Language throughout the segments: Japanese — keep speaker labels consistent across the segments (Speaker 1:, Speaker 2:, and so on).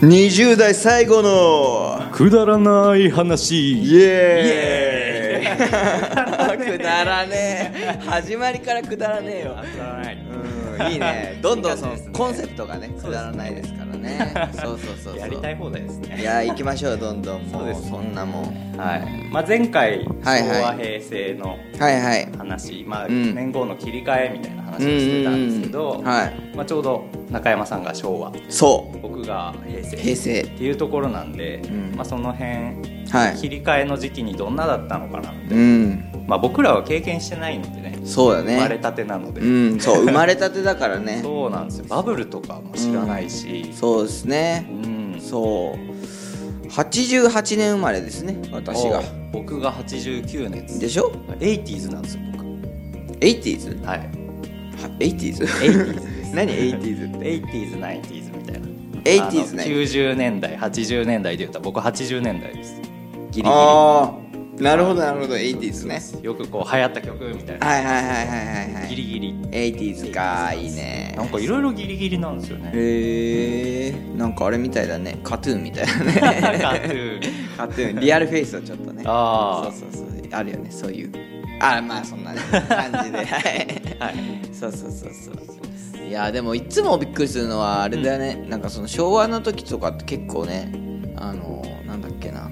Speaker 1: 20代最後の
Speaker 2: くだらない話
Speaker 1: イエーイ くだらねえ始まりからくだらねえようんいいねどんどんその
Speaker 3: いい感じですね
Speaker 1: コンセプトがねくだらないですからねそうそうそうそう
Speaker 3: やりたい放題ですね
Speaker 1: いや行きましょうどんどんも
Speaker 3: そう
Speaker 1: う
Speaker 3: ですね
Speaker 1: そんなもん
Speaker 3: はい、まあ、前回昭
Speaker 1: はいはい
Speaker 3: 和平成の
Speaker 1: はいはい
Speaker 3: 話、まあ、
Speaker 1: うん
Speaker 3: 年号の切り替えみたいな話をしてたんですけど、
Speaker 1: うんうんうんはい
Speaker 3: まあ、ちょうど中山さんが昭和
Speaker 1: そ
Speaker 3: 僕が平成
Speaker 1: う平成
Speaker 3: っていうところなんで、
Speaker 1: ん
Speaker 3: まあ、その辺、
Speaker 1: はい
Speaker 3: 切り替えの時期にどんなだったのかなみた
Speaker 1: う
Speaker 3: いな、
Speaker 1: ん
Speaker 3: まあ、僕らは経験してないのでね
Speaker 1: そうだ
Speaker 3: 生まれ
Speaker 1: ね
Speaker 3: たてなので、
Speaker 1: うんそう生まれたてだからね
Speaker 3: そうなんですよバブルとかも知らないし、
Speaker 1: そうです
Speaker 3: う
Speaker 1: ね
Speaker 3: ん
Speaker 1: そう88年生まれですね私が
Speaker 3: 僕が89年です
Speaker 1: でしょ
Speaker 3: 80s なんですよ僕
Speaker 1: 80s?
Speaker 3: はい
Speaker 1: 80s?
Speaker 3: 80s で す
Speaker 1: 何 80s?
Speaker 3: って 80s、90s みたいな。
Speaker 1: 80s ね
Speaker 3: あの90年代、80年代で言うと僕80年代です。ギリギリ。
Speaker 1: ああなるほどなるほど 80s ね
Speaker 3: よくこう流行った曲みたいな。
Speaker 1: はいはいはいはいはいは
Speaker 3: ギ
Speaker 1: い
Speaker 3: リギリ。
Speaker 1: 80s かいいね
Speaker 3: なんかいろいろギリギリなんですよ ね。
Speaker 1: へえんかあれみたいだねカトゥーンみたいだねカトゥーンリアルフェイスをちょっとね
Speaker 3: あー
Speaker 1: そうそうそうあるよねそういうあまあそんなね感じではい
Speaker 3: はい。
Speaker 1: そうそうそうそういやでもいつもびっくりするのはあれだよね、なんかその昭和の時とかって結構ねあのなんだっけな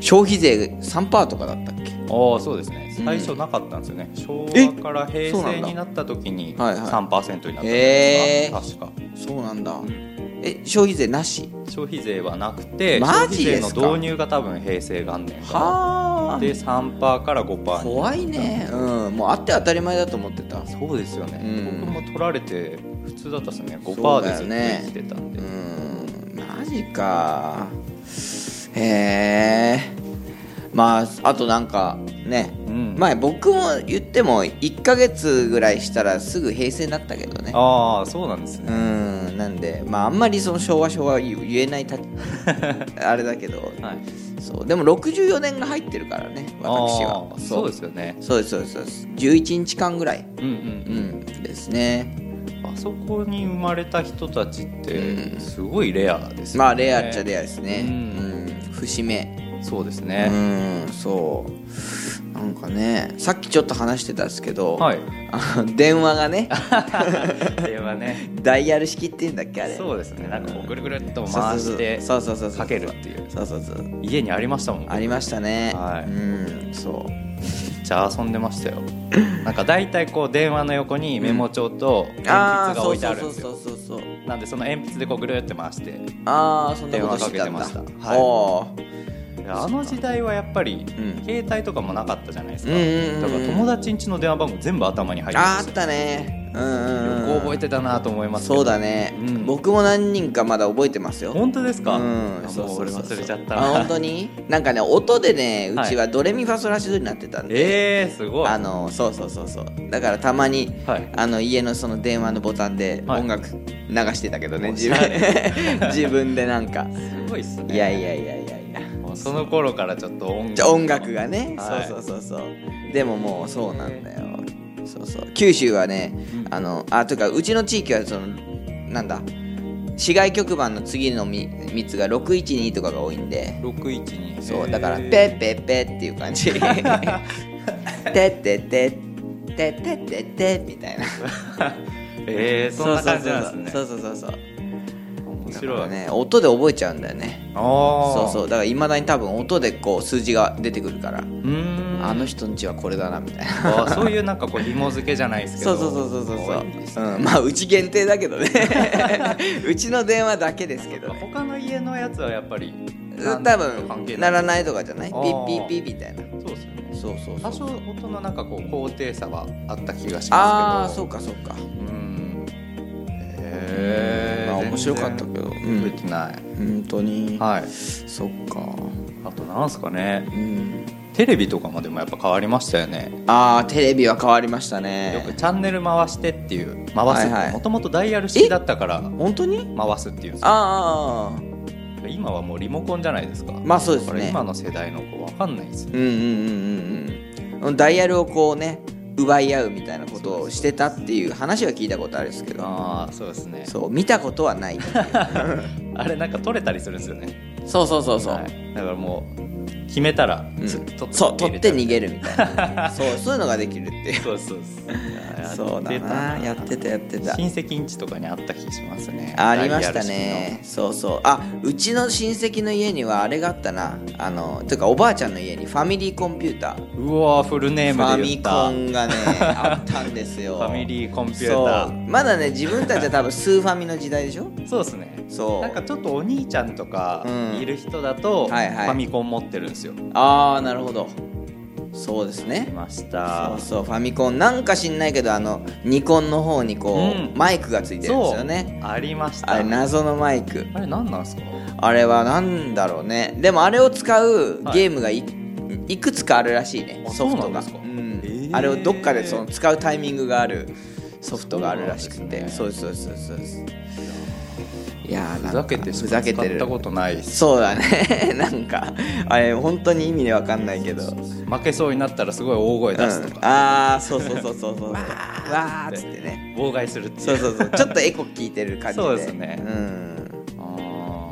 Speaker 1: 消費税3%とかだったっけ
Speaker 3: ああ、そうですね。
Speaker 1: うん
Speaker 3: 最初なかったんですよね。昭
Speaker 1: え
Speaker 3: 和から平
Speaker 1: そうな
Speaker 3: 成
Speaker 1: んだ
Speaker 3: になった時に
Speaker 1: はいはい
Speaker 3: 3%になったん
Speaker 1: へ
Speaker 3: で
Speaker 1: ー
Speaker 3: すか。確か。
Speaker 1: そうなんだ、
Speaker 3: ん
Speaker 1: え消費税なし
Speaker 3: 消費税はなくて、
Speaker 1: マ
Speaker 3: 消
Speaker 1: ジ
Speaker 3: 費
Speaker 1: で
Speaker 3: 税
Speaker 1: す
Speaker 3: の
Speaker 1: か
Speaker 3: 導入が多分平成元年かな。
Speaker 1: は
Speaker 3: で、3%から5%に。
Speaker 1: 怖いねうんもうあって当たり前だと思ってた
Speaker 3: そうですよね、
Speaker 1: うん
Speaker 3: 僕も取られて普通だったですね
Speaker 1: そう
Speaker 3: 5%
Speaker 1: だ
Speaker 3: で
Speaker 1: よ
Speaker 3: ずっと
Speaker 1: ね
Speaker 3: 生きてたんで、
Speaker 1: うんマジかへえまああとなんかね、
Speaker 3: うん
Speaker 1: 前僕も言っても1ヶ月ぐらいしたらすぐ平成だったけどね
Speaker 3: ああそうなんです
Speaker 1: う
Speaker 3: ね
Speaker 1: んなんでまああんまりその昭和昭和言う言えない たあれだけど、
Speaker 3: はい
Speaker 1: そうでも64年が入ってるからね私は
Speaker 3: あーそうですよね
Speaker 1: そうですそうですそうです11日間ぐらい、
Speaker 3: うんう
Speaker 1: うんん、ですね
Speaker 3: あそこに生まれた人たちっ
Speaker 1: う
Speaker 3: てすごいレアですよね、
Speaker 1: まあレアっちゃレアですね、
Speaker 3: うん
Speaker 1: うん、節目
Speaker 3: そうです
Speaker 1: う
Speaker 3: ね、
Speaker 1: んそうなんかねさっきちょっと話してたんですけど、
Speaker 3: はい
Speaker 1: あの電話がね
Speaker 3: ではね
Speaker 1: ダイヤル式っていうんだっけあれ
Speaker 3: そうですねなんかこうぐるぐるっと回して
Speaker 1: そうそうそうそう
Speaker 3: かけるっていう
Speaker 1: そうそうそう
Speaker 3: 家にありましたもん
Speaker 1: ありましたね、
Speaker 3: はい
Speaker 1: うんそう
Speaker 3: めっちゃ遊んでましたよなんか大体こう電話の横にメモ帳と鉛筆が置いてあるんですよ、
Speaker 1: あーそうそうそうそうそう
Speaker 3: なんでその鉛筆でこうぐるって回して
Speaker 1: ああそんなことしてたん
Speaker 3: 電
Speaker 1: だ
Speaker 3: 話かけてましたはい
Speaker 1: おー
Speaker 3: いやあの時代はやっぱり、
Speaker 1: うん
Speaker 3: 携帯とかもなかったじゃないですか、
Speaker 1: うんうんうん
Speaker 3: だから友達ん家の電話番号全部頭に入って
Speaker 1: あー
Speaker 3: ま
Speaker 1: あっ
Speaker 3: した
Speaker 1: ねうんうん、うん、
Speaker 3: よく覚えてたなと思いますけど
Speaker 1: そうだね、
Speaker 3: うん
Speaker 1: 僕も何人かまだ覚えてますよ
Speaker 3: 本当ですか、
Speaker 1: うん、
Speaker 3: あ
Speaker 1: そう
Speaker 3: もう
Speaker 1: そう
Speaker 3: 俺
Speaker 1: そう
Speaker 3: 忘れちゃった
Speaker 1: あ本当
Speaker 3: に
Speaker 1: になんかね音でねう
Speaker 3: はい
Speaker 1: ちはドレミファソラシドになってたんで、
Speaker 3: えー、すごい
Speaker 1: あのそうそうそうそうだからたまに、
Speaker 3: はい
Speaker 1: あの家のその電話のボタンで
Speaker 3: はい
Speaker 1: 音楽流してたけどね、
Speaker 3: お
Speaker 1: 自
Speaker 3: しゃれ
Speaker 1: 分自分で なんか
Speaker 3: すごいっすね
Speaker 1: いやいやいやいやいや
Speaker 3: もうその頃からちょっと音楽
Speaker 1: じゃあ音楽がね、
Speaker 3: はい
Speaker 1: そうそうそうそうでももうそうなんだよそうそう九州はね、あのあというかうちの地域はそのなんだ市外局番の次のみ3つが612とかが多いんで
Speaker 3: 612
Speaker 1: そうだから「
Speaker 3: えー
Speaker 1: ペッペッペ」っていう感じ「てってっててってってって」みたいな
Speaker 3: えー、そんな感じなんです
Speaker 1: そ
Speaker 3: ね
Speaker 1: うそうそうそうそうだ
Speaker 3: 面
Speaker 1: か
Speaker 3: 白
Speaker 1: ら
Speaker 3: い、
Speaker 1: ね音で覚えちゃうんだよね
Speaker 3: ああ
Speaker 1: そうそうだからいまだに多分音でこう数字が出てくるから
Speaker 3: ううーん
Speaker 1: あの人んちはこれだなみたいな
Speaker 3: あーそういうなんかこう紐付けじゃないですけ
Speaker 1: そ
Speaker 3: ど
Speaker 1: う そうそうそうそうそ
Speaker 3: 多いです
Speaker 1: う、うん、まあうち限定だけど ねうちの電話だけですけどね
Speaker 3: 他の家のやつはやっぱりなん
Speaker 1: 多
Speaker 3: 関係
Speaker 1: 分な
Speaker 3: な
Speaker 1: いらないとかじゃないピ
Speaker 3: あー
Speaker 1: ッピッピッみたいな
Speaker 3: そうですよね
Speaker 1: そうそう
Speaker 3: 多
Speaker 1: そ
Speaker 3: 少
Speaker 1: う
Speaker 3: 音のなんかこう高低差はあった気がしますけど
Speaker 1: ああそうかそうか
Speaker 3: うんへえ
Speaker 1: まあ面白かったけどうん
Speaker 3: 覚えてない、
Speaker 1: 本当に
Speaker 3: はい
Speaker 1: そっか
Speaker 3: あとなんすかね
Speaker 1: うん
Speaker 3: テレビとかまでもやっぱ変わりましたよね
Speaker 1: ああテレビは変わりました
Speaker 3: よく
Speaker 1: ね
Speaker 3: チャンネル回してっていう回す
Speaker 1: はいはい
Speaker 3: もともとダイヤル式だったから
Speaker 1: 本当に
Speaker 3: 回すっていうんですよ
Speaker 1: あーあー
Speaker 3: 今はもうリモコンじゃないですか
Speaker 1: まあそうですね
Speaker 3: だから今の世代の子わかんないですよ
Speaker 1: うんうんうんうんうんダイヤルをこうね奪い合うみたいなことをしてたっていう話は聞いたことあるんですけど
Speaker 3: ああそうですね
Speaker 1: そう見たことはない
Speaker 3: あれなんか取れたりするんですよね
Speaker 1: そうそうそうそう、
Speaker 3: はいだからもう決めたら、
Speaker 1: うん
Speaker 3: つ取って
Speaker 1: そう取って逃
Speaker 3: 入
Speaker 1: げ
Speaker 3: れ
Speaker 1: るみたい なそうそういうのができるってい
Speaker 3: た
Speaker 1: う
Speaker 3: そうそうそうい
Speaker 1: そ
Speaker 3: ややってた
Speaker 1: うだなやってたやってた
Speaker 3: 親戚んちとかにあった気しますね
Speaker 1: ありましたねそうそうあうちの親戚の家にはあれがあったなあのてかおばあちゃんの家にファミリーコンピューター
Speaker 3: ダイヤル式のうわーフルネー
Speaker 1: ファ
Speaker 3: ムで言
Speaker 1: ミ
Speaker 3: った
Speaker 1: コン がねあったんですよ
Speaker 3: ファミリーコンピュー
Speaker 1: そ
Speaker 3: タ
Speaker 1: う
Speaker 3: ー
Speaker 1: まだね自分たちは多分スーファミの時代でしょ
Speaker 3: そうですね
Speaker 1: そう
Speaker 3: なんかちょっとお兄ちゃんとか
Speaker 1: うん
Speaker 3: いる人だと、
Speaker 1: はいはい
Speaker 3: ファミコン持ってるんですよ
Speaker 1: ああなるほどそうです
Speaker 3: い
Speaker 1: ね
Speaker 3: まし
Speaker 1: そ
Speaker 3: た
Speaker 1: うそうファミコンなんか知んないけどあのニコンの方にこう、
Speaker 3: うん
Speaker 1: マイクがついてるんですよね
Speaker 3: ありました
Speaker 1: あれ謎のマイク
Speaker 3: あれ何なんですか
Speaker 1: あれは何だろうねでもあれを使う
Speaker 3: はい
Speaker 1: ゲームがい,、いくつかあるらしいね
Speaker 3: あ
Speaker 1: ソフトが
Speaker 3: そうなん
Speaker 1: う
Speaker 3: ですか
Speaker 1: ん
Speaker 3: へー
Speaker 1: あれをどっかでその使うタイミングがあるソフトがあるらしくてそ
Speaker 3: そうう
Speaker 1: ですそうですそうですいやー
Speaker 3: ふざけて
Speaker 1: ふざけて
Speaker 3: 使っ
Speaker 1: る
Speaker 3: たことないです
Speaker 1: そうだね なんかあれ本当に意味でわかんないけど
Speaker 3: 負けそうになったらすごい大声出すと
Speaker 1: うん、
Speaker 3: か、
Speaker 1: ああそうそうそうそうそうわーっつってね
Speaker 3: 妨害するってい
Speaker 1: そうそうそうちょっとエコ聞いてる感じで
Speaker 3: そうですね
Speaker 1: うん
Speaker 3: あ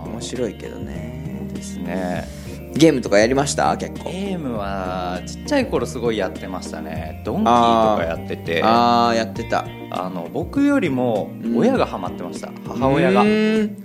Speaker 1: 面
Speaker 3: 面
Speaker 1: 白いけどね
Speaker 3: いですね
Speaker 1: ゲームとかやりました結
Speaker 3: ゲ
Speaker 1: 構
Speaker 3: ームはちっちゃい頃すごいやってましたねドンキーとかやっててあ
Speaker 1: ああやってた
Speaker 3: の僕よりも親がハマってました、母親
Speaker 1: う
Speaker 3: が
Speaker 1: ーん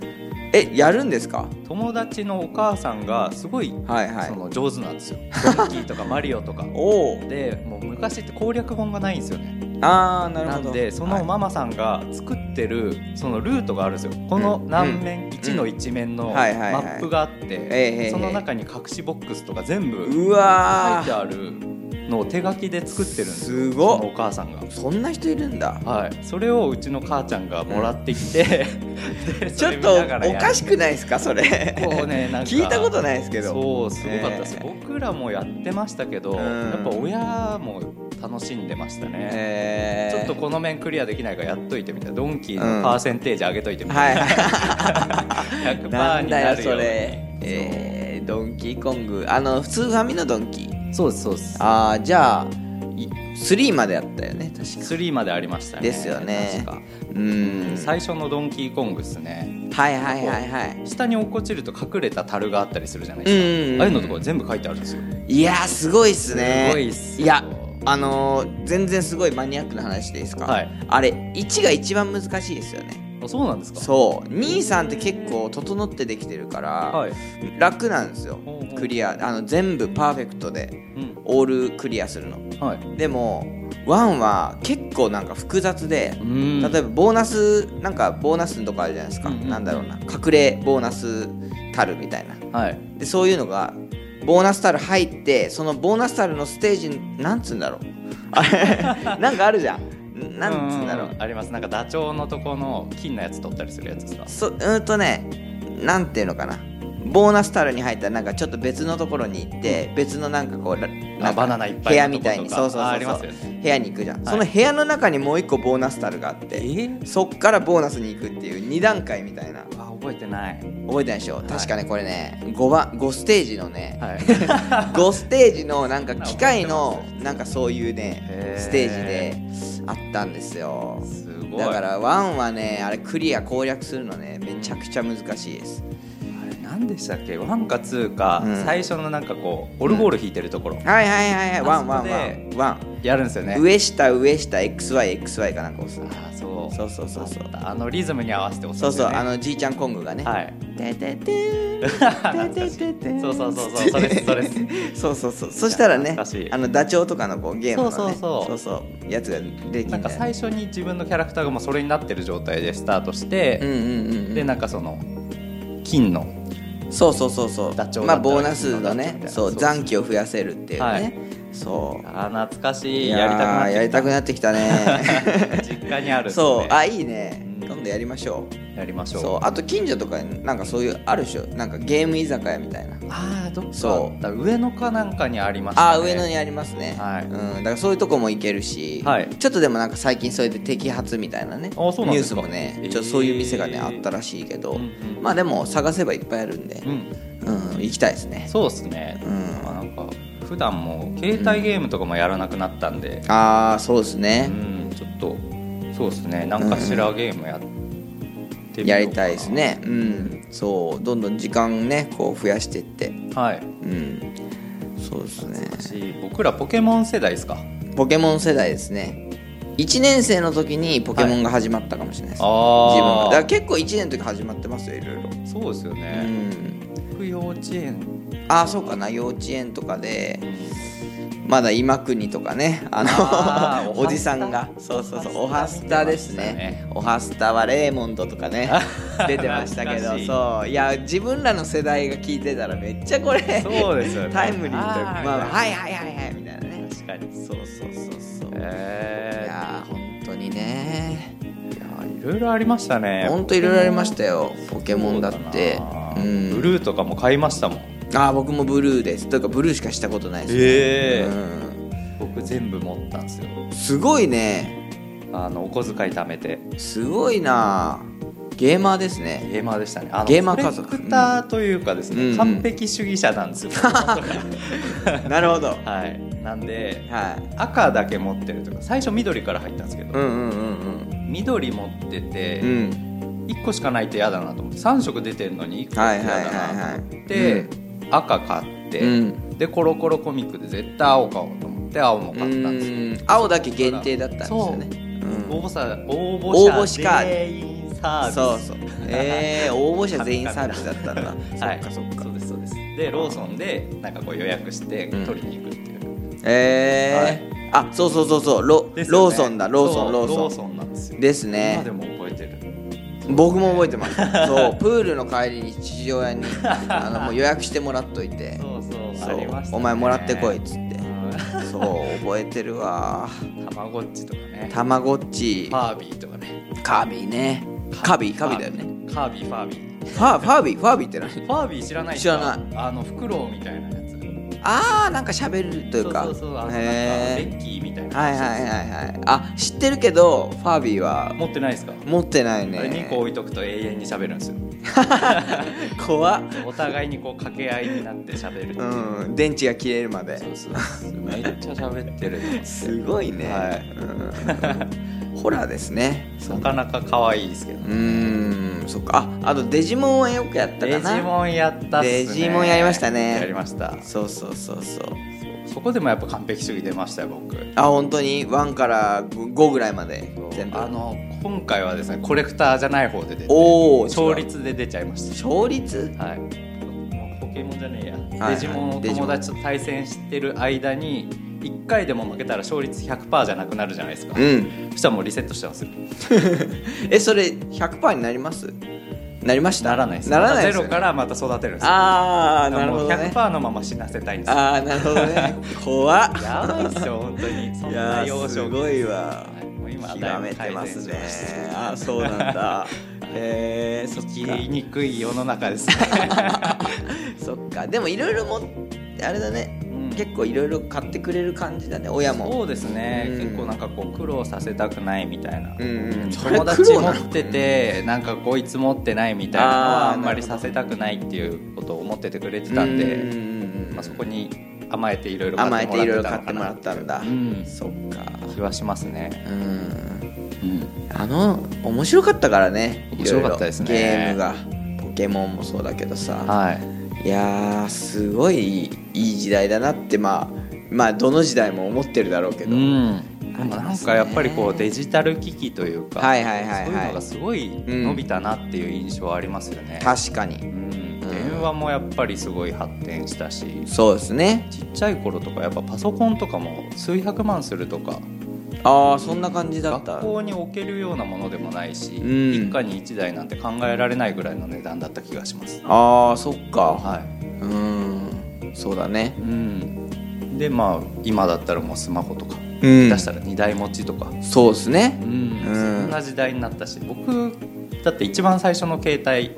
Speaker 1: えやるんですか
Speaker 3: 友達のお母さんがすごい、
Speaker 1: はいはい
Speaker 3: その上手なんで すよドンキーとかマリオとか
Speaker 1: おお
Speaker 3: でもう昔って攻略本がないんですよね
Speaker 1: ああなる
Speaker 3: な
Speaker 1: ほど
Speaker 3: んでそ
Speaker 1: はい
Speaker 3: のママさんが作ってるそのルートがあるんですよこの何面、1の一面の
Speaker 1: うん
Speaker 3: マ
Speaker 1: はいはいはい
Speaker 3: ップがあって、
Speaker 1: ええ
Speaker 3: その中に隠しボックスとか全部書いう
Speaker 1: わ
Speaker 3: て
Speaker 1: ー
Speaker 3: あるのを手書きで作ってるんです
Speaker 1: す
Speaker 3: よ
Speaker 1: ごっ
Speaker 3: そのお母さんが。
Speaker 1: そんな人いるんだ
Speaker 3: はい、それをうちの母ちゃんがもらってきて、で
Speaker 1: ち
Speaker 3: そ
Speaker 1: ょ
Speaker 3: れ
Speaker 1: っ
Speaker 3: 見
Speaker 1: と
Speaker 3: ならや
Speaker 1: お
Speaker 3: る
Speaker 1: かしくないですかそれ
Speaker 3: こうねなん か
Speaker 1: 聞いたことないですけど
Speaker 3: そうすごかったです、
Speaker 1: ね
Speaker 3: 僕らもやってましたけど、
Speaker 1: うん
Speaker 3: やっぱ親も楽しんでましたね、
Speaker 1: え
Speaker 3: ちょっと
Speaker 1: こ
Speaker 3: この面クリアできないからやっといてみたいなドンキーのパーセンテージ上げといてみた
Speaker 1: はい
Speaker 3: いな、
Speaker 1: はい
Speaker 3: 100%
Speaker 1: なん
Speaker 3: に
Speaker 1: だ
Speaker 3: な
Speaker 1: よ
Speaker 3: る
Speaker 1: そ
Speaker 3: ように
Speaker 1: れえー、ドンキーコングあの普通ファミのドンキー
Speaker 3: そうですそうです
Speaker 1: ああじゃあい3までやったよね確か
Speaker 3: 3までありましたね
Speaker 1: ですよね
Speaker 3: 確か
Speaker 1: うん
Speaker 3: 最初のドンキーコングですね
Speaker 1: はいはいはいはい
Speaker 3: 下に落っこちると隠れた樽があったりするじゃない
Speaker 1: うんうんうん
Speaker 3: ですかああいうのとか全部書いてあるんですよ
Speaker 1: いやーすごいっすね
Speaker 3: すごいっすよ
Speaker 1: やあのー全然すごいマニアックな話でいいですか、
Speaker 3: はい
Speaker 1: あれ1が一番難しいですよね
Speaker 3: あそうなんですか
Speaker 1: そう23って結構整ってできてるから、
Speaker 3: はい、
Speaker 1: 楽なんですよ
Speaker 3: ほうほう
Speaker 1: クリアあの全部パーフェクトで
Speaker 3: うん
Speaker 1: オールクリアするの
Speaker 3: はい、
Speaker 1: でも1は結構なんか複雑で
Speaker 3: うん
Speaker 1: 例えばボーナスなんかボーナスのとかあるじゃないですか、
Speaker 3: うんうん
Speaker 1: なんだろうな隠れボーナスたるみたいな
Speaker 3: はい
Speaker 1: でそういうのがボーナスタル入ってそのボーナスタルのステージなんつうんだろうあれなんかあるじゃんなんつうんだろう
Speaker 3: ありますなんかダチョウのとこの金のやつ取ったりするやつですか
Speaker 1: そうーんとねなんていうのかなボーナスタルに入ったらなんかちょっと別のところに行って別のなんかこうらなんか
Speaker 3: バナナいっぱいのとことか
Speaker 1: 部屋みたいにそうそう
Speaker 3: あ
Speaker 1: そ
Speaker 3: あ
Speaker 1: う
Speaker 3: り
Speaker 1: そ
Speaker 3: ます
Speaker 1: う
Speaker 3: よね
Speaker 1: 部屋に行くじゃん、
Speaker 3: い
Speaker 1: その部屋の中にもう一個ボーナスタルがあって、そっからボーナスに行くっていう2段階みたいな
Speaker 3: あ覚えてない
Speaker 1: 覚えてないでしょ、確かねこれね 5, 番5ステージの ね、
Speaker 3: はい
Speaker 1: 5ステージのなんか機械のなんかそういうね
Speaker 3: へー
Speaker 1: ステージであったんですよ
Speaker 3: すごい
Speaker 1: だから1はねあれクリア攻略するのねめちゃくちゃ難しいです
Speaker 3: あれ何でしたっけワンかツーか、
Speaker 1: うん
Speaker 3: 最初のなんかこうオルゴール弾いてるところ、
Speaker 1: はいはいはいはいワンワ
Speaker 3: あ
Speaker 1: ン
Speaker 3: そこ
Speaker 1: ワ
Speaker 3: で
Speaker 1: ンワン
Speaker 3: やるんですよね
Speaker 1: 上下上下 XYXY かなんか押す
Speaker 3: あーそう
Speaker 1: そうそうそうそう
Speaker 3: あのリズムに合わせて押す
Speaker 1: そ
Speaker 3: ん
Speaker 1: う
Speaker 3: です
Speaker 1: そう
Speaker 3: よ
Speaker 1: あ
Speaker 3: ね
Speaker 1: のじいちゃんコングがね
Speaker 3: はい
Speaker 1: ててて ーててててー
Speaker 3: そうそうそうそうそれですそれです
Speaker 1: そうそうそうそしたら
Speaker 3: い
Speaker 1: ね
Speaker 3: や懐かしい
Speaker 1: あのダチョウとかのこうゲームのね
Speaker 3: そうそうそう
Speaker 1: そうそうやつができ
Speaker 3: なんか最初に自分のキャラクターがもうそれになってる状態でスタートして、
Speaker 1: うんうんうんうん
Speaker 3: でなんかその金の
Speaker 1: そうそうそうそう
Speaker 3: ダチョウ
Speaker 1: まあ
Speaker 3: だったら
Speaker 1: ボーナスの
Speaker 3: ダチョウみた
Speaker 1: ね
Speaker 3: いな
Speaker 1: そう
Speaker 3: そう
Speaker 1: 残機を増やせるっていうね、
Speaker 3: はい
Speaker 1: そう
Speaker 3: あー懐かしい
Speaker 1: い
Speaker 3: やりたく
Speaker 1: やー
Speaker 3: なってき
Speaker 1: やりたくなってきたね
Speaker 3: 実家にあるんですね
Speaker 1: そうあいいね
Speaker 3: うん
Speaker 1: 今度やりましょう
Speaker 3: やりましょう
Speaker 1: そうあと近所とかになんかそういうあるでしょなんかゲーム居酒屋みたいな
Speaker 3: ああどっか
Speaker 1: そう
Speaker 3: あった上野かなんかにありました、ね、
Speaker 1: あー上野にありますね、
Speaker 3: はい
Speaker 1: うん、だからそういうとこも行けるし、
Speaker 3: はい
Speaker 1: ちょっとでもなんか最近それで摘発みたいなね
Speaker 3: あそうなん
Speaker 1: ニュー
Speaker 3: です
Speaker 1: ス
Speaker 3: か
Speaker 1: もね
Speaker 3: えー
Speaker 1: ちょっとそういう店がね、あったらしいけど、
Speaker 3: うんうん
Speaker 1: まあでも探せばいっぱいあるんで
Speaker 3: う、ん
Speaker 1: うん、行きたいですね
Speaker 3: そうですね、
Speaker 1: うん
Speaker 3: なんか普段もう携帯ゲームとかもやらなくなったんで、
Speaker 1: ああそうです
Speaker 3: う
Speaker 1: ね
Speaker 3: ん、ちょっとそうですね何かしらゲームやってみようかな
Speaker 1: やりたいですねうんそうどんどん時間ねこう増やしていって
Speaker 3: はい
Speaker 1: うんそうですね
Speaker 3: 私僕らポケモン世代ですか
Speaker 1: ポケモン世代ですね1年生の時にポケモンが始まったかもしれないです、自分が
Speaker 3: あ
Speaker 1: だ
Speaker 3: あ
Speaker 1: から結構1年の時始まってますよいろいろ
Speaker 3: そうですよ
Speaker 1: う
Speaker 3: ね、
Speaker 1: ん
Speaker 3: 僕幼稚園
Speaker 1: ああそうかな幼稚園とかでまだ今国とかねあ
Speaker 3: あ
Speaker 1: の
Speaker 3: ー
Speaker 1: おじさんがそうそうそうおはスタですねおはスタはレーモンドとか ね出てましたけど
Speaker 3: 懐かしい
Speaker 1: そういや自分らの世代が聞いてたらめっちゃこれ
Speaker 3: そうですよね
Speaker 1: タイムリーというか
Speaker 3: あー
Speaker 1: まあ、はいはいはいはいみたいなね
Speaker 3: 確かに
Speaker 1: そうそうそうそうい
Speaker 3: え
Speaker 1: やー本当にね
Speaker 3: ー、いやーいろいろありましたね
Speaker 1: 本当いろいろありましたよポケモンだって
Speaker 3: そうだな
Speaker 1: うん
Speaker 3: ブルーとかも買いましたもん
Speaker 1: ああ僕もブルーですというかブルーしかしたことないです、ね
Speaker 3: ええ
Speaker 1: うん
Speaker 3: 僕全部持ったんですよ
Speaker 1: すごいね
Speaker 3: あのお小遣い貯めて
Speaker 1: すごいなゲーマーです ね
Speaker 3: ゲーマーでしたねあの
Speaker 1: ゲーマー家族
Speaker 3: コレクターというかですね、
Speaker 1: うん
Speaker 3: 完璧主義者な んですよ、
Speaker 1: なるほど
Speaker 3: はいなんで
Speaker 1: はい
Speaker 3: 赤だけ持ってるとか最初緑から入ったんですけど、
Speaker 1: うんうんうん
Speaker 3: 緑持ってて、
Speaker 1: うんうん
Speaker 3: 1個しかないと嫌だなと思って3色出てるのに1個し
Speaker 1: は
Speaker 3: か
Speaker 1: いはいはい
Speaker 3: 嫌だな
Speaker 1: は
Speaker 3: と
Speaker 1: い
Speaker 3: 思って、赤買って、
Speaker 1: うん
Speaker 3: でコロコロコミックで絶対青買おうと思って青も
Speaker 1: う
Speaker 3: 買ったんですよ
Speaker 1: ーん青だけ限定だったんですよねうん
Speaker 3: 応募者応
Speaker 1: 応募
Speaker 3: 募
Speaker 1: し
Speaker 3: 者
Speaker 1: か
Speaker 3: 全員サー
Speaker 1: そうそう えー、応募者全員サービスだったんだ
Speaker 3: ビス はいそそうですそうですでローソンでなんかこう予約して
Speaker 1: うん
Speaker 3: 取りに行くっていう、
Speaker 1: えーあそうそうそうそうロ,、
Speaker 3: ですよね
Speaker 1: ローソンだローソ
Speaker 3: そ
Speaker 1: ン
Speaker 3: う
Speaker 1: ロ
Speaker 3: ロ
Speaker 1: ーソ
Speaker 3: ーソンなんですよ
Speaker 1: ンですね
Speaker 3: 今でも覚えてる
Speaker 1: 僕も覚えてますそうプールの帰りに父親にあのもう予約してもらっといて
Speaker 3: そうそう
Speaker 1: そ
Speaker 3: あり
Speaker 1: う
Speaker 3: ましたね
Speaker 1: お前もらってこいっつって
Speaker 3: うん
Speaker 1: そう覚えてるわ
Speaker 3: たまごっちとかね
Speaker 1: たまごっち
Speaker 3: ファービーとかね
Speaker 1: カービィねカービィカービィだよね
Speaker 3: カービーファービー
Speaker 1: ファファービィファービィって何
Speaker 3: ファービー知らないですか
Speaker 1: 知らない
Speaker 3: あのフクロウみたいなやつ
Speaker 1: あーなんか喋るというか
Speaker 3: そうそうそうあのなんか
Speaker 1: へー
Speaker 3: ベッキーみたいな
Speaker 1: はいはいはいはいあ知ってるけどファービーは
Speaker 3: 持ってないですか
Speaker 1: 持ってない
Speaker 3: あれ2
Speaker 1: ね
Speaker 3: 個置いとくと永遠に喋るんですよ
Speaker 1: 怖っ
Speaker 3: お互いにこう掛け合いになって喋るっていう
Speaker 1: うん電池が切れるまで
Speaker 3: そうそうめっちゃ喋ってる
Speaker 1: すごいね、
Speaker 3: はい
Speaker 1: うんホラーですね
Speaker 3: なかなか可愛いですけど
Speaker 1: うーんそっかああとデジモンはよくやったか
Speaker 3: デ
Speaker 1: な
Speaker 3: ジモンやったっすね
Speaker 1: デジモンやりましたね
Speaker 3: やりました
Speaker 1: そうそうそうそう
Speaker 3: そこでもやっぱ完璧主義出ましたよ僕
Speaker 1: あ本当に1から5ぐらいまで全部
Speaker 3: あの今回はですねコレクターじゃない方で出て
Speaker 1: おお
Speaker 3: 勝率で出ちゃいまし
Speaker 1: 勝率
Speaker 3: たはいもうポケモンじゃねえや、
Speaker 1: はい
Speaker 3: デジモンを
Speaker 1: デジモン
Speaker 3: 友達と対戦してる間に1回でも負けたら勝率100%じゃなくなるじゃないですか、
Speaker 1: うん
Speaker 3: そしたらもうリセットしてますよ
Speaker 1: えそれ100%になりますなりました
Speaker 3: ならないです
Speaker 1: ならないですよ
Speaker 3: またゼロ
Speaker 1: ね
Speaker 3: からまた育てるんですよ
Speaker 1: ああ
Speaker 3: だ
Speaker 1: な
Speaker 3: から
Speaker 1: る
Speaker 3: も
Speaker 1: ほ
Speaker 3: う
Speaker 1: どね
Speaker 3: 100%のまま死なせたいんですよ
Speaker 1: ああなるほどね怖っ
Speaker 3: やばいっすよ本当にそん
Speaker 1: い
Speaker 3: な
Speaker 1: や
Speaker 3: 幼
Speaker 1: ー
Speaker 3: 少期
Speaker 1: すごいわ
Speaker 3: はいもう今はだ
Speaker 1: 極
Speaker 3: い
Speaker 1: め
Speaker 3: ぶ
Speaker 1: てま
Speaker 3: 改
Speaker 1: す
Speaker 3: 善し
Speaker 1: ね
Speaker 3: ました
Speaker 1: あーそうなんだえー、そっ
Speaker 3: 生
Speaker 1: か
Speaker 3: きにくい世の中ですね
Speaker 1: そっかでもいろいろもあれだね、
Speaker 3: うん
Speaker 1: 結構いろいろ買ってくれる感じだね親も
Speaker 3: そうですね、
Speaker 1: うん
Speaker 3: 結構なんかこう苦労させたくないみたいな、
Speaker 1: うんうん
Speaker 3: うん
Speaker 1: それ
Speaker 3: 友達
Speaker 1: 苦労
Speaker 3: 持
Speaker 1: なの
Speaker 3: っててなんかこいつ持ってないみたいなのは
Speaker 1: あー
Speaker 3: あんまりさせたくないっていうことを思っててくれてたん
Speaker 1: う
Speaker 3: で、
Speaker 1: ん
Speaker 3: まあ、そこに甘えていろいろ
Speaker 1: 甘えていろいろ買
Speaker 3: 買
Speaker 1: っ
Speaker 3: って
Speaker 1: も
Speaker 3: ても
Speaker 1: ら
Speaker 3: ら
Speaker 1: っ
Speaker 3: ったた
Speaker 1: ん
Speaker 3: の
Speaker 1: だ
Speaker 3: かなうん
Speaker 1: そっか
Speaker 3: 気はしますね、
Speaker 1: うん
Speaker 3: うん、
Speaker 1: あの面白かったからね
Speaker 3: 面白かったですね
Speaker 1: いろいろゲームがポケモンもそうだけどさ
Speaker 3: はい
Speaker 1: いやーすごいいいいい時代だなってまあまあどの時代も思ってるだろうけ
Speaker 3: う
Speaker 1: ど、
Speaker 3: ん、
Speaker 1: ありますね
Speaker 3: なんかやっぱりこうデジタル機器というか、
Speaker 1: はいはいはいはい
Speaker 3: そういうのがすごい伸びたなっていう印象はありますよね、
Speaker 1: 確かに
Speaker 3: うん、電話もやっぱりすごい発展したし
Speaker 1: そうですね
Speaker 3: ちっちゃい頃とかやっぱパソコンとかも数百万するとか
Speaker 1: ああそんな感じだった
Speaker 3: 学校に置けるようなものでもないし、
Speaker 1: うん
Speaker 3: 一家に一台なんて考えられないぐらいの値段だった気がします
Speaker 1: ああそっか
Speaker 3: は
Speaker 1: うんそうだね
Speaker 3: い、うん、でまあ今だったらもうスマホとか、
Speaker 1: うん
Speaker 3: 出したら2台持ちとか、
Speaker 1: そうですね
Speaker 3: うん
Speaker 1: うん
Speaker 3: そんな時代になったし僕だって一番最初の携帯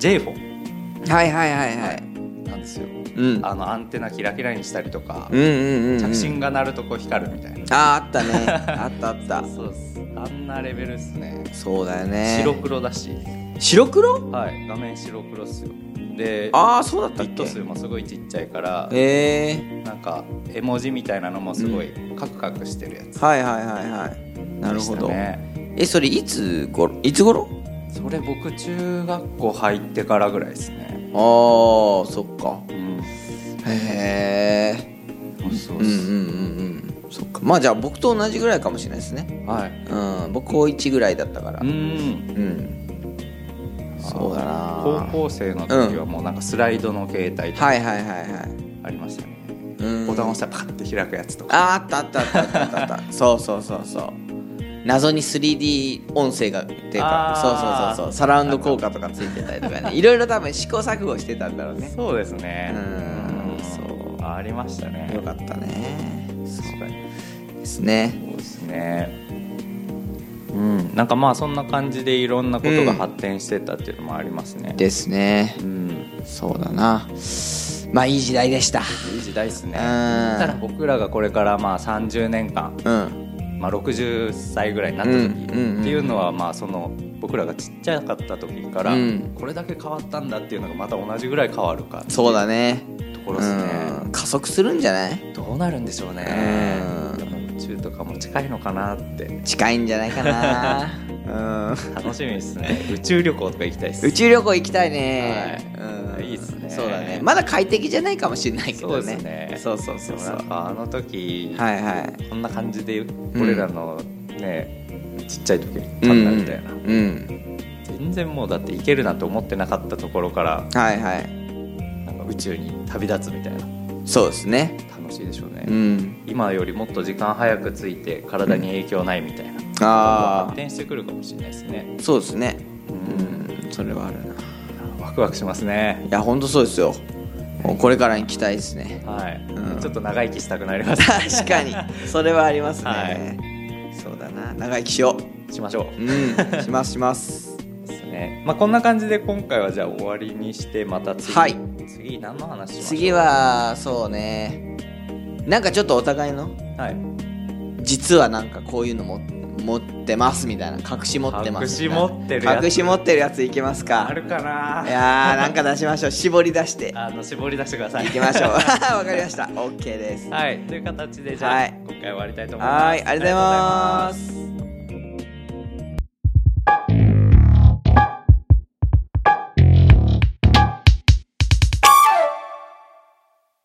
Speaker 3: j フォ
Speaker 1: はいはいはいはい
Speaker 3: ンなんですよ
Speaker 1: うん
Speaker 3: あのアンテナキラキラにしたりとか、
Speaker 1: うんうんうんうん
Speaker 3: 着信が鳴るとこう光るみたいな、
Speaker 1: あーあったね あったあった
Speaker 3: そうっすあんなレベルっすね
Speaker 1: そうだよね
Speaker 3: 白黒だし、
Speaker 1: 白黒
Speaker 3: はい、画面白黒っすよで
Speaker 1: ああそうだった
Speaker 3: ビ
Speaker 1: っ
Speaker 3: ッ
Speaker 1: け
Speaker 3: ト数もすごいちっちゃいから
Speaker 1: ええ
Speaker 3: なんか絵文字みたいなのもすごいカクカクしてるやつ、
Speaker 1: はいはいはいはいなるほど、
Speaker 3: でしたね
Speaker 1: えそれいつごろいつ頃
Speaker 3: それ僕中学校入ってからぐらいですね
Speaker 1: あーそっか
Speaker 3: うん
Speaker 1: へえ
Speaker 3: そうそう
Speaker 1: うんうんうんうんそっかまあじゃあ僕と同じぐらいかもしれないですね
Speaker 3: はい
Speaker 1: うん僕高1ぐらいだったから
Speaker 3: うん
Speaker 1: うんそうだな
Speaker 3: 高校生の時はもうなんかスライドの携帯とか
Speaker 1: はいはいはいはい
Speaker 3: ありましたね、
Speaker 1: うん
Speaker 3: ボタン押したらパッて開くやつとか
Speaker 1: ああったあったあったあったあったあった そうそうそうそう謎に 3D 音声がっていうか
Speaker 3: あー
Speaker 1: そうそうそうそうサラウンド効果とかついてたりと かねいろいろ多分試行錯誤してたんだろうね
Speaker 3: そうですね
Speaker 1: うん
Speaker 3: ん
Speaker 1: そう
Speaker 3: あありましたね
Speaker 1: よかったね
Speaker 3: 確かに
Speaker 1: ですね
Speaker 3: そうですねうんなんかまあそんな感じでいろんなことが発展してったっていうのもありますね、
Speaker 1: ですね
Speaker 3: うん、
Speaker 1: そうだなまあいい時代でした
Speaker 3: いい時代ですね
Speaker 1: うん
Speaker 3: たら僕らがこれからまあ30年間、
Speaker 1: うん
Speaker 3: まあ、60歳ぐらいになった
Speaker 1: うん
Speaker 3: 時
Speaker 1: うんうん
Speaker 3: っていうのはまあその僕らがちっちゃかった時から
Speaker 1: うん
Speaker 3: これだけ変わったんだっていうのがまた同じぐらい変わるかってい
Speaker 1: そうだね
Speaker 3: ところですね
Speaker 1: うん加速するんじゃない
Speaker 3: どうなるんでしょうね
Speaker 1: うん
Speaker 3: でも宇宙とかも近いのかなって
Speaker 1: 近いんじゃないか なうん
Speaker 3: 楽しみですね宇宙旅行とか行きたいです
Speaker 1: 宇宙旅行行きたいね、
Speaker 3: はいいいっすね
Speaker 1: そうだねまだ快適じゃないかもしれないけ
Speaker 3: そ
Speaker 1: ど
Speaker 3: うです
Speaker 1: ね
Speaker 3: ね
Speaker 1: そうそうそうそう
Speaker 3: でもなんかあの時、
Speaker 1: はいはい
Speaker 3: こんな感じで俺らのね、ちっちゃい時に行ったんだみたいな、
Speaker 1: うん、うん、
Speaker 3: 全然もうだって行けるなんて思ってなかったところから
Speaker 1: はいはい
Speaker 3: なんか宇宙に旅立つみたいな
Speaker 1: そうですね
Speaker 3: 楽しいでしょうね、
Speaker 1: うん
Speaker 3: 今よりもっと時間早く着いて体に影響ないみたいな、
Speaker 1: あ
Speaker 3: 発展してくるかもしれないですね
Speaker 1: あそうですね
Speaker 3: うん
Speaker 1: うんそれはあるない
Speaker 3: ワクワクしますね
Speaker 1: やほんとそうですよもうこれからに期待ですね
Speaker 3: はい、
Speaker 1: うん
Speaker 3: ちょっと長生きしたくなります
Speaker 1: 確か にそれはありますね、
Speaker 3: は
Speaker 1: そうだな長生きしよ
Speaker 3: しましょう
Speaker 1: ううんしますし ます
Speaker 3: ですねまあこんな感じで今回はじゃあ終わりにしてまた次、
Speaker 1: はい
Speaker 3: 次何の話しましょう
Speaker 1: 次はそうねなんかちょっとお互いの
Speaker 3: はい
Speaker 1: 実はなんかこういうのも持ってますみたいな隠し持ってますみたいな
Speaker 3: 隠し持ってるやつ
Speaker 1: 隠し持ってるやついきます
Speaker 3: あ
Speaker 1: か
Speaker 3: るかない
Speaker 1: やーなんか出しま しょう絞り出して
Speaker 3: あの絞り出してください
Speaker 1: いきま しょうわかりました OK です
Speaker 3: はいという形でじゃあ、
Speaker 1: はい
Speaker 3: 今回終わりたいと思います
Speaker 1: はいありがとうございます